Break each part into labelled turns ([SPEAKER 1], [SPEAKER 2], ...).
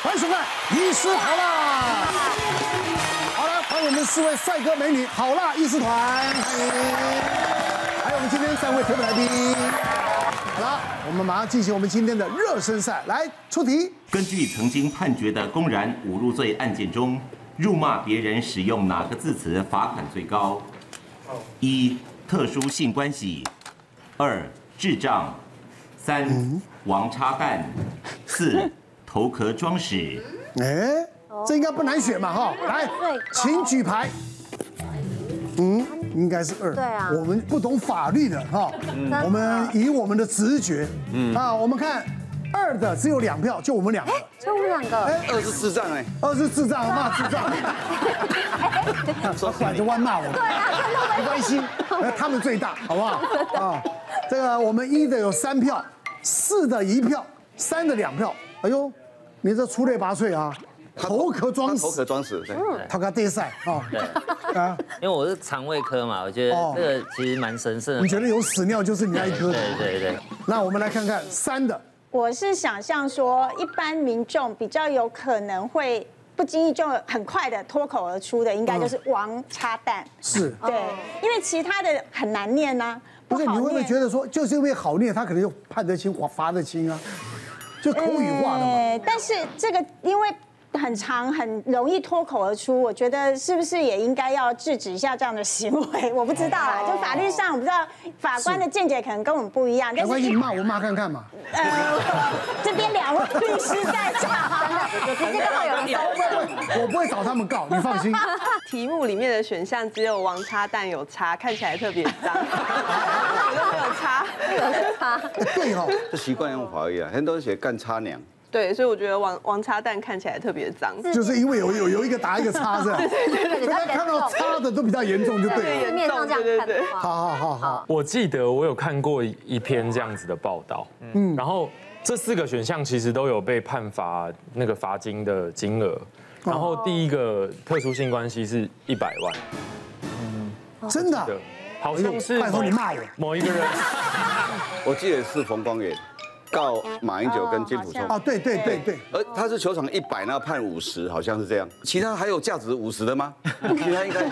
[SPEAKER 1] 欢迎收看《医师好辣》。好了，欢迎我们四位帅哥美女好辣医师团，欢迎。还有我们今天三位特别来宾。好了，我们马上进行我们今天的热身赛，来出题。
[SPEAKER 2] 根据曾经判决的公然侮辱罪案件中，辱骂别人使用哪个字词罚款最高？一、特殊性关系；二、智障；三、王八蛋；四、头壳装屎。
[SPEAKER 1] 哎，这应该不难选嘛哈。来，请举牌。嗯，应该是二。
[SPEAKER 3] 对啊嗯
[SPEAKER 1] 我们不懂法律的哈，我们以我们的直觉，嗯啊，我们看二的只有两票，就我们两个。
[SPEAKER 3] 哎就我们两个，
[SPEAKER 4] 二十四丈哎，
[SPEAKER 1] 二是智障，骂智障，他拐着弯骂我们， 没关系，呃他们最大，好不好？啊，这个我们一的有三票，四的一票，三的两票。哎呦，你这出类拔萃啊！头壳装
[SPEAKER 4] 他头
[SPEAKER 1] 死，
[SPEAKER 4] 壳装死，对，
[SPEAKER 1] 头壳对赛啊！
[SPEAKER 5] 对，
[SPEAKER 1] 啊，
[SPEAKER 5] 因为我是肠胃科嘛，我觉得
[SPEAKER 6] 哦
[SPEAKER 5] 这个其实蛮神圣
[SPEAKER 1] 你
[SPEAKER 5] 的。
[SPEAKER 1] 觉得有屎尿就是你那一颗的。
[SPEAKER 5] 对对对，
[SPEAKER 1] 那我们来看看三的，
[SPEAKER 7] 我是想象说，一般民众比较有可能会不经意就很快的脱口而出的，应
[SPEAKER 1] 嗯
[SPEAKER 7] 该就是王插蛋。
[SPEAKER 1] 是
[SPEAKER 7] 对，因为其他的很难念呐、
[SPEAKER 1] 哦不是你
[SPEAKER 7] 好
[SPEAKER 1] 会不会
[SPEAKER 7] 念
[SPEAKER 1] 觉得说，就是因为好念，他可能就判得轻，罚罚得轻啊？就口语化的嘛。
[SPEAKER 8] 嗯
[SPEAKER 7] 呃但是这个因为很长，很容易脱口而出，我觉得是不是也应该要制止一下这样的行为？ 我不知道啦，就法律上我不知道法官的见解可能跟我们不一样，
[SPEAKER 1] 没
[SPEAKER 7] 但
[SPEAKER 1] 关
[SPEAKER 7] 是
[SPEAKER 1] 系，你骂我骂看看嘛。
[SPEAKER 7] 呃，这边两位律师在场，啊
[SPEAKER 3] 直接刚好有人
[SPEAKER 1] 不会不会我不会找他们告，你放心。
[SPEAKER 9] 题目里面的选项只有王叉蛋有叉，看起来特别 脏，我都没有叉。
[SPEAKER 1] 对哦哈、
[SPEAKER 4] 这习惯用法语啊，很多人写干擦娘，
[SPEAKER 9] 对，所以我觉得王王叉蛋看起来特别脏。
[SPEAKER 1] 就是因为有有有一个打一个叉 这样，所以他看到叉的都比较严重，就对了。
[SPEAKER 3] 字面上这样看的话，
[SPEAKER 1] 好好好好，
[SPEAKER 10] 我记得我有看过一篇这样子的报道，嗯，然后这四个选项其实都有被判罚那个罚金的金
[SPEAKER 1] 哦
[SPEAKER 10] 额，然后第一个特殊性关系是一百万
[SPEAKER 1] 真的啊、
[SPEAKER 10] 的，好
[SPEAKER 1] 哎呦
[SPEAKER 10] 像是
[SPEAKER 1] 拜托你骂我
[SPEAKER 10] 某一个人，
[SPEAKER 4] 我记得是冯光远告马英九跟金溥聪
[SPEAKER 1] 啊，，对对对对，
[SPEAKER 4] 而他是球场一百，那判五十，好像是这样，其他还有价值五十的吗？其他应该，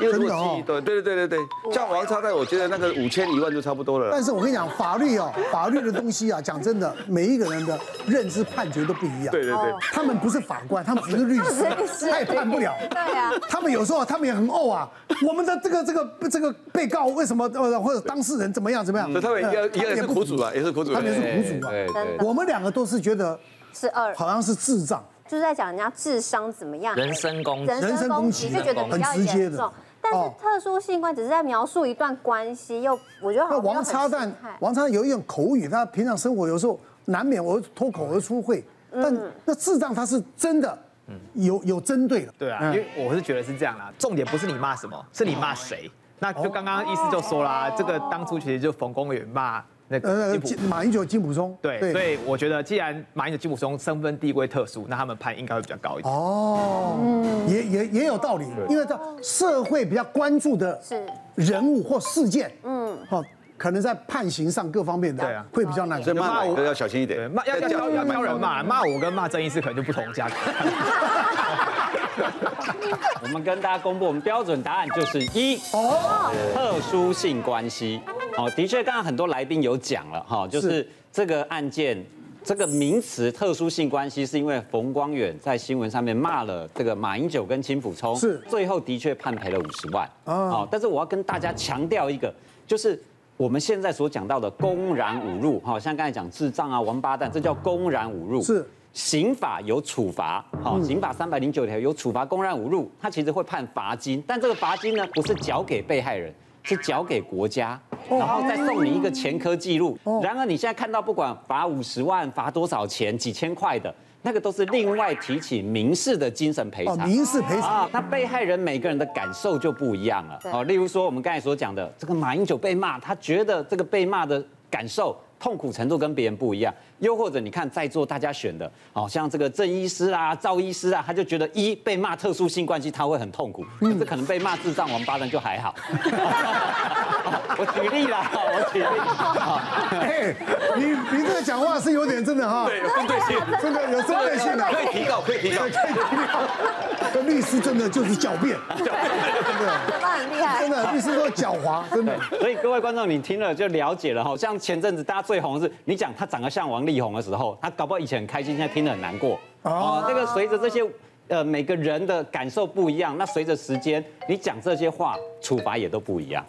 [SPEAKER 4] 因为如
[SPEAKER 1] 真的哦
[SPEAKER 4] 果记忆对对对对对，像王叉蛋，我觉得那个五千一万就差不多了啦
[SPEAKER 1] 但。是我跟你讲，法律哦，法律的东西啊，讲真的，每一个人的认知判决都不一样。
[SPEAKER 4] 对对对，
[SPEAKER 1] 他们不是法官，他们哦 不是律师
[SPEAKER 3] 他们不是律，师
[SPEAKER 1] 他也判不了。
[SPEAKER 3] 对啊，
[SPEAKER 1] 他们有时候他们也很怄啊。我们的这个这个这个被告为什么呃或者当事人怎么样怎么样？
[SPEAKER 4] 所以他们也
[SPEAKER 1] 呃
[SPEAKER 4] 也也是苦主啊，也是苦主，
[SPEAKER 1] 他们也是苦主啊
[SPEAKER 4] 对对，
[SPEAKER 1] 我们两个都是觉得
[SPEAKER 3] 是二，
[SPEAKER 1] 好像是智障，
[SPEAKER 3] 就是在讲人家智商怎么样，
[SPEAKER 5] 人身攻击
[SPEAKER 3] 人身攻击就觉得比较
[SPEAKER 1] 很直接
[SPEAKER 3] 严
[SPEAKER 1] 的
[SPEAKER 3] 重。但是
[SPEAKER 1] 哦
[SPEAKER 3] 特殊性关只是在描述一段关系，又我觉得好
[SPEAKER 1] 那
[SPEAKER 3] 像
[SPEAKER 1] 王叉蛋，王叉蛋有一种口语，他平常生活有时候难免我脱口而出会，但那智障他是真的有有针对的。
[SPEAKER 6] 嗯
[SPEAKER 1] 嗯
[SPEAKER 6] 对啊，因为我是觉得是这样啦，重点不是你骂什么，是你骂谁。那就刚刚医师就说啦，这个当初其实就冯公远骂那个
[SPEAKER 1] 呃
[SPEAKER 6] 金，普，
[SPEAKER 1] 马英九、金溥聪，
[SPEAKER 6] 对，所以我觉得既然马英九、金普松身份地位特殊，那他们判应该会比较高一点。
[SPEAKER 1] 哦，也也也有道理，因为他社会比较关注的
[SPEAKER 3] 是
[SPEAKER 1] 人物或事件，嗯，好，可能在判刑上各方面
[SPEAKER 6] 对
[SPEAKER 1] 的
[SPEAKER 6] 啊
[SPEAKER 1] 会比较难
[SPEAKER 4] 所。以骂哪个要小心一
[SPEAKER 6] 对，
[SPEAKER 4] 点，
[SPEAKER 6] 骂要要要要挑人骂，骂我跟骂郑医师可能就不同价格。
[SPEAKER 8] 我们跟大家公布，我们标准答案就是一
[SPEAKER 1] 哦，
[SPEAKER 8] 特殊性关系。哦，的确，刚刚很多来宾有讲了哈，就是这个案件。这个名词“特殊性关系”是因为冯光远在新闻上面骂了这个马英九跟金溥聪，
[SPEAKER 1] 是
[SPEAKER 8] 最后的确判赔了五十万
[SPEAKER 1] 啊
[SPEAKER 8] 啊、哦但是我要跟大家强调一个，就是我们现在所讲到的公然侮辱，哈、像刚才讲智障啊、王八蛋，这叫公然侮辱。
[SPEAKER 1] 是
[SPEAKER 8] 刑法有处罚，好，刑法三百零九条有处罚公然侮辱，它其实会判罚金，但这个罚金呢不是缴给被害人，是缴给国家，
[SPEAKER 1] 哦
[SPEAKER 8] 然后再送你一个前科记录。然而你现在看到，不管罚五十万、罚多少钱、几千块的，那个都是另外提起民事的精神赔
[SPEAKER 1] 哦，
[SPEAKER 8] 偿。
[SPEAKER 1] 民事赔偿，
[SPEAKER 8] 啊，那被害人每个人的感受就不一样了。哦，例如说我们刚才所讲的，这个马英九被骂，他觉得这个被骂的感受。痛苦程度跟别人不一样，又或者你看在座大家选的，哦，像这个郑医师啊、赵医师啊，他就觉得一被哦骂特殊性关系他会很痛苦，可是可能被骂智障王八蛋就还好。我举例啦，我举例。
[SPEAKER 1] 哎，你你这个讲话是有点真的哈，
[SPEAKER 8] 对有针对性
[SPEAKER 1] 真的有针对性的，
[SPEAKER 4] 可以提高可以提高
[SPEAKER 1] 对可以提高。 这律师真的就是狡辩，
[SPEAKER 3] 嘴巴很厉害，
[SPEAKER 1] 真的律师说狡猾，真的。
[SPEAKER 8] 所以各位观众，你听了就了解了哈。像前阵子大家最红的是，你讲他长得像王力宏的时候，他搞不好以前很开心，现在听了很难过。哦，这个随着这些呃每个人的感受不一样，那随着时间，你讲这些话，处罚也都不一样。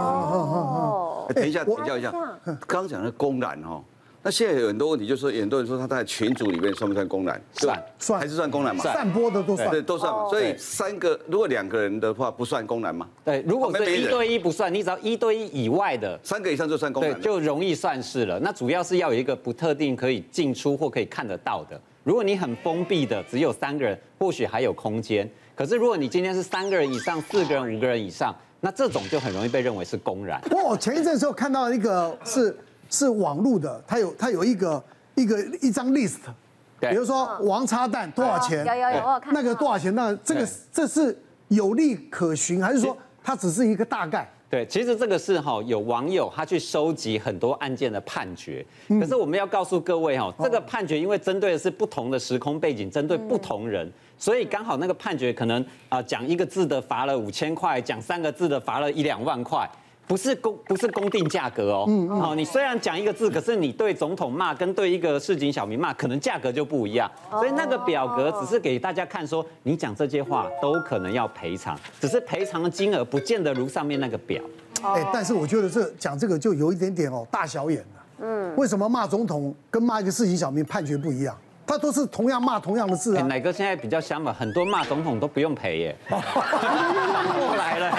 [SPEAKER 4] 哦，等一下，请教一下，刚刚讲的公然哦，那现在有很多问题，就是说很多人说他在群组里面算不算公然？对吧
[SPEAKER 1] 算
[SPEAKER 4] 还是算公然嘛？
[SPEAKER 1] 散播的都算
[SPEAKER 4] 对，都算嘛。所以三个如果两个人的话，不算公然嘛？
[SPEAKER 8] 对，如果
[SPEAKER 4] 旁边
[SPEAKER 8] 是
[SPEAKER 4] 没
[SPEAKER 8] 一
[SPEAKER 4] 人
[SPEAKER 8] 对一不算，你只要一对一以外的，
[SPEAKER 4] 三个以上就算公
[SPEAKER 8] 对
[SPEAKER 4] 然，了。
[SPEAKER 8] 就容易算是了。那主要是要有一个不特定可以进出或可以看得到的。如果你很封闭的，只有三个人，或许还有空间。可是如果你今天是三个人以上、四个人、五个人以上，那这种就很容易被认为是公然。
[SPEAKER 1] 不过我前一阵的时候看到一个是是网络的，它有它有一个一个一张 list，
[SPEAKER 8] 对
[SPEAKER 1] 比如说王叉蛋多少钱，
[SPEAKER 3] 嗯有有有，我有看
[SPEAKER 1] 那个多少钱，那这个
[SPEAKER 8] 对
[SPEAKER 1] 这是有利可循，还是说它只是一个大概？
[SPEAKER 8] 对，其实这个是哈、有网友他去收集很多案件的判决，可是我们要告诉各位哈、这个判决因为针对的是不同的时空背景，针对不同人，所以刚好那个判决可能啊、讲一个字的罚了五千块，讲三个字的罚了一两万块。不是公不是公定价格哦，哦，你虽然讲一个字，可是你对总统骂跟对一个市井小民骂，可能价格就不一样。所以那个表格只是给大家看说，你讲这些话都可能要赔偿，只是赔偿的金额不见得如上面那个表。
[SPEAKER 3] 哦
[SPEAKER 1] 哎，但是我觉得这讲这个就有一点点哦大小眼了。嗯，为什么骂总统跟骂一个市井小民判决不一样？他都是同样骂同样的字
[SPEAKER 8] 哎，
[SPEAKER 1] 啊。
[SPEAKER 8] 奶哥现在比较相反，很多骂总统都不用赔耶，反过来了。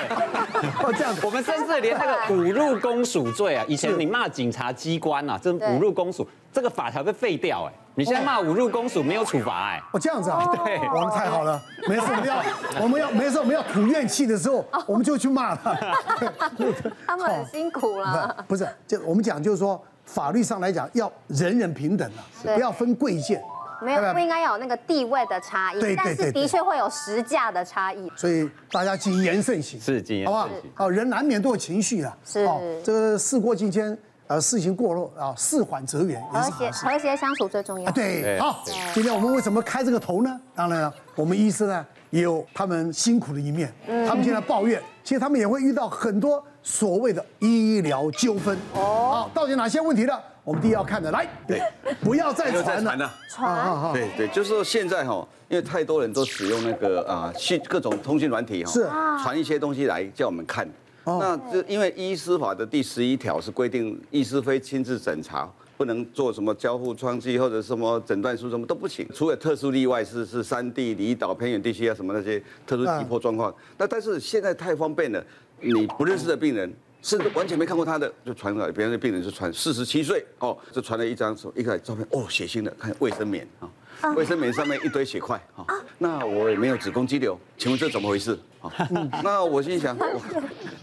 [SPEAKER 1] 哦，这样子
[SPEAKER 8] 我们甚至连那个侮辱公署罪啊，以前你骂警察机关啊，这
[SPEAKER 3] 对
[SPEAKER 8] 侮辱公署这个法条被废掉哎，你现在骂侮辱公署没有处罚哎。
[SPEAKER 1] 哦，这样子啊，对，我们太好了，没事，我们要，我们要，没事，我们要吐怨气的时候，我们就去骂他。
[SPEAKER 3] 哦 他
[SPEAKER 1] 哦
[SPEAKER 3] 们很辛苦啊 啦。
[SPEAKER 1] 不是，就我们讲就是说，法律上来讲要人人平等啊，
[SPEAKER 3] 对
[SPEAKER 1] 不要分贵贱，
[SPEAKER 3] 没有
[SPEAKER 1] 对吧
[SPEAKER 3] 不应该有那个地位的差
[SPEAKER 1] 哎对对
[SPEAKER 3] 异，但
[SPEAKER 1] 对
[SPEAKER 3] 是
[SPEAKER 1] 对
[SPEAKER 3] 的确会有实价的差异。
[SPEAKER 1] 所以大家谨言慎行，
[SPEAKER 8] 是谨言
[SPEAKER 1] 好不好
[SPEAKER 8] 慎行？
[SPEAKER 1] 好，人难免都有情绪啊，
[SPEAKER 3] 是
[SPEAKER 1] 哦这个事过境迁，呃，事情过后啊，事缓则圆也
[SPEAKER 3] 和
[SPEAKER 1] 是好
[SPEAKER 3] 谐
[SPEAKER 1] 事。
[SPEAKER 3] 和谐相处最重要。
[SPEAKER 1] 啊，对，好，今天我们为什么开这个头呢？当然了，我们医师呢也有他们辛苦的一面，他们现在抱怨，其实他们也会遇到很多所谓的医疗纠纷。哦，好，到底哪些问题呢？我们第一要看的，来，
[SPEAKER 4] 对，
[SPEAKER 1] 不要再
[SPEAKER 4] 不要再
[SPEAKER 1] 传
[SPEAKER 4] 传
[SPEAKER 1] 了啊
[SPEAKER 4] 了。
[SPEAKER 3] 传
[SPEAKER 1] 哦
[SPEAKER 4] 对对，就是说现在哈，因为太多人都使用那个啊信各种通讯软体哈，
[SPEAKER 1] 是
[SPEAKER 4] 哦传一些东西来叫我们看。那这因为医师法的第十一条是规定，医师非亲自审查，不能做什么交互创纪或者什么诊断书什么都不行。除了特殊例外是是山地、离岛、偏远地区啊什么那些特殊急迫状况。那但是现在太方便了，你不认识的病人。甚至完全没看过他的，就传过来。别人的病人就传四十七岁哦，就传了一张一个照片，哦，血腥的，看卫生棉啊，卫生棉上面一堆血块啊。那我也没有子宫肌瘤，请问这怎么回事啊？ 那我心想，哇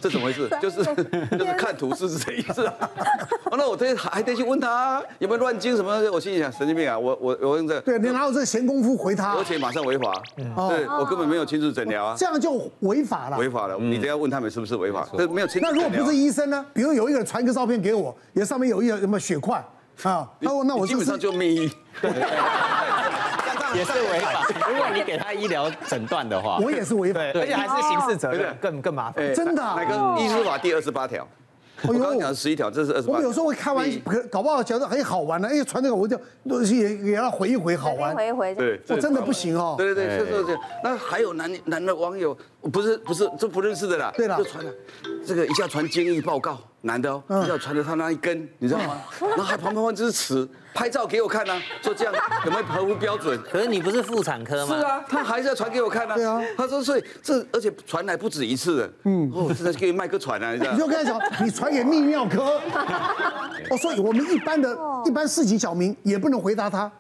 [SPEAKER 4] 这怎么回 事？就是就是看图是谁意思啊？ 哦那我这还得去问他啊有没有乱经什么的？我心里想，神经病啊！我我我用这个，
[SPEAKER 1] 对，你哪有这闲工夫回他
[SPEAKER 4] 而？且马上违法，对我根本没有亲自诊疗啊
[SPEAKER 1] 这，样就违法了
[SPEAKER 4] 违。法了。你得要问他们是不是违法，这没有亲自
[SPEAKER 1] 那
[SPEAKER 4] 诊
[SPEAKER 1] 如
[SPEAKER 4] 疗
[SPEAKER 1] 果
[SPEAKER 4] 啊。
[SPEAKER 1] 不是医生呢？比如有一个人传一个照片给我，也上面有一个什么血块啊，那我那我
[SPEAKER 4] 你基
[SPEAKER 1] 就
[SPEAKER 4] 本上
[SPEAKER 1] 是
[SPEAKER 4] 就灭医。
[SPEAKER 8] 也是违法。如果你给他医疗诊断的话，
[SPEAKER 1] 我也是违法。哎
[SPEAKER 6] 对，而且还是刑事责任，更更麻烦。
[SPEAKER 4] 哎
[SPEAKER 1] 真的啊哎
[SPEAKER 4] 那个医师法第二十八条，我刚刚讲十一条，这是二十
[SPEAKER 1] 我
[SPEAKER 4] 八。
[SPEAKER 1] 们有时候会开玩笑，可搞不好觉得很好玩呢、哎，传这个我就也也要回一回好玩。
[SPEAKER 3] 回一回，
[SPEAKER 4] 对，
[SPEAKER 1] 我真的不行哦。
[SPEAKER 4] 对对对，是是是。那还有男男的网友，不是不是，这不认识的啦。
[SPEAKER 1] 对啦
[SPEAKER 4] 就传了，啊这个一下传监狱报告，男的哦，
[SPEAKER 1] 嗯
[SPEAKER 4] 一下传了他那一根，你知道吗？然后还旁边放支尺，拍照给我看啊，说这样有没有合乎标准？
[SPEAKER 5] 可是你不是妇产科
[SPEAKER 4] 是
[SPEAKER 5] 吗？
[SPEAKER 4] 啊，他还是要传给我看啊。
[SPEAKER 1] 对啊
[SPEAKER 4] 他说所以这而且传来不止一次了。嗯，哦，真的是给你麦克传啊，你知道
[SPEAKER 1] 你
[SPEAKER 4] 吗
[SPEAKER 1] 就？跟他讲，你传给泌尿科。哦，所以我们一般的、
[SPEAKER 3] 哦
[SPEAKER 1] 一般市井小民也不能回答他。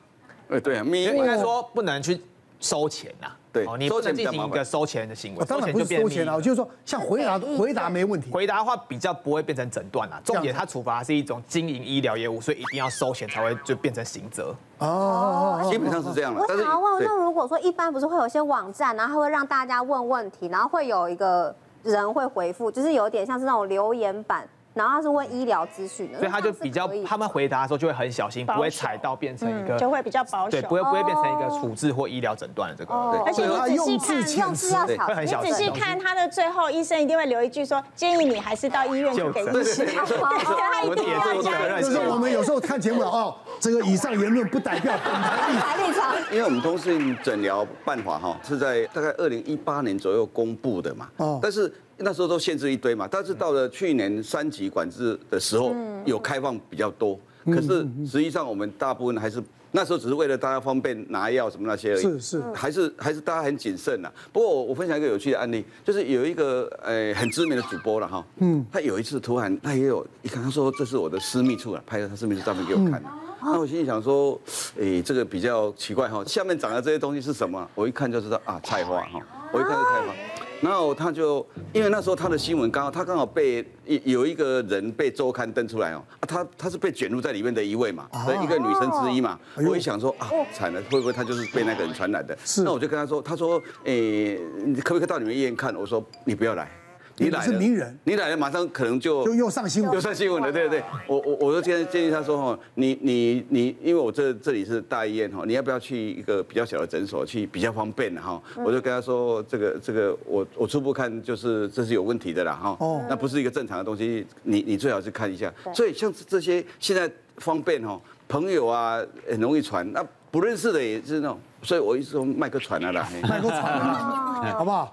[SPEAKER 4] 哎，对啊，咪
[SPEAKER 6] 应该说不能去收钱呐、
[SPEAKER 4] 对
[SPEAKER 6] 哦你不能进行一个收钱的行
[SPEAKER 1] 我
[SPEAKER 6] 为，
[SPEAKER 1] 当然
[SPEAKER 6] 就
[SPEAKER 1] 不是收
[SPEAKER 6] 变
[SPEAKER 1] 钱
[SPEAKER 6] 密哎
[SPEAKER 1] 了，我就是说像回答
[SPEAKER 3] 对
[SPEAKER 1] 回答没问题。
[SPEAKER 6] 回答的话比较不会变成诊断啦，啊重点它处罚是一种经营医疗业务，所以一定要收钱才会就变成刑责。
[SPEAKER 1] 哦，
[SPEAKER 4] 基本上是这样了。
[SPEAKER 3] 我
[SPEAKER 4] 但
[SPEAKER 3] 想
[SPEAKER 4] 是
[SPEAKER 3] 要问，
[SPEAKER 4] 对
[SPEAKER 3] 那如果说一般不是会有一些网站，然后它会让大家问问题，然后会有一个人会回复，就是有点像是那种留言板，然后他是问医疗资讯的，
[SPEAKER 6] 所以他就比较他们回答的时候就会很小心，不会踩到变成一个
[SPEAKER 1] 嗯
[SPEAKER 7] 就会比较保守，
[SPEAKER 6] 对，不会不会变成一个
[SPEAKER 1] 哦
[SPEAKER 6] 处置或医疗诊断的这个，
[SPEAKER 7] 哦
[SPEAKER 6] 对
[SPEAKER 7] 而且你仔细看啊
[SPEAKER 6] 用字要小心对会 很小
[SPEAKER 7] 你
[SPEAKER 6] 心
[SPEAKER 7] 仔细看他的最后，医生一定会留一句说，建议你还是到医院去给医
[SPEAKER 1] 对
[SPEAKER 7] 生。
[SPEAKER 1] 对
[SPEAKER 6] 对
[SPEAKER 7] 他一定要
[SPEAKER 6] 这
[SPEAKER 7] 加
[SPEAKER 6] 样
[SPEAKER 1] 就是我们有时候看节目哦，这个以上言论不代表本台立
[SPEAKER 3] 场。立场
[SPEAKER 4] 因为我们通讯诊疗办法哈是在大概二零一八年左右公布的嘛，
[SPEAKER 1] 哦
[SPEAKER 4] 但是那时候都限制一堆嘛，但是到了去年三级管制的时候
[SPEAKER 11] 嗯，
[SPEAKER 4] 有开放比较多，
[SPEAKER 11] 嗯
[SPEAKER 4] 可是实际上我们大部分还是。那时候只是为了大家方便拿药什么那些而已，
[SPEAKER 1] 是是
[SPEAKER 4] 嗯还是还是大家很谨慎呐、啊不过我我分享一个有趣的案例，就是有一个呃很知名的主播了哈，
[SPEAKER 1] 嗯
[SPEAKER 4] 他有一次突然，他也有，一看他说这是我的私密处啊，拍了他私密处照片给我看的。啊
[SPEAKER 1] 嗯
[SPEAKER 4] 那我心里想说，诶，这个比较奇怪哈，下面长的这些东西是什么？我一看就知道啊，菜花哈，我一看就菜花。然后他就，因为那时候他的新闻刚好，他刚好被有有一个人被周刊登出来哦，啊他他是被卷入在里面的一位嘛，
[SPEAKER 1] 啊
[SPEAKER 4] 的一个女生之一
[SPEAKER 1] 哦
[SPEAKER 4] 嘛。
[SPEAKER 1] 哎
[SPEAKER 4] 我一想说啊，惨了，会不会他就是被那个人传染的？那我就跟他说，他说，诶，你可不可以到你们医院看？我说你不要来。你来了
[SPEAKER 1] 你是名人，
[SPEAKER 4] 你来了马上可能就
[SPEAKER 1] 就又上新闻
[SPEAKER 4] 又上新闻了，对对对。我我我就建建议他说哈，你你你，因为我这这里是大医院哈，你要不要去一个比较小的诊所去比较方便的哈？
[SPEAKER 11] 嗯
[SPEAKER 4] 我就跟他说这个这个我我初步看就是这是有问题的啦哈，
[SPEAKER 11] 哦
[SPEAKER 4] 那不是一个正常的东西，你你最好去看一下
[SPEAKER 11] 对。
[SPEAKER 4] 所以像这些现在方便哈，朋友啊很容易传，那不认识的也是那种，所以我一直说麦克传了啦，嘿
[SPEAKER 1] 麦克传了 啦，好不好？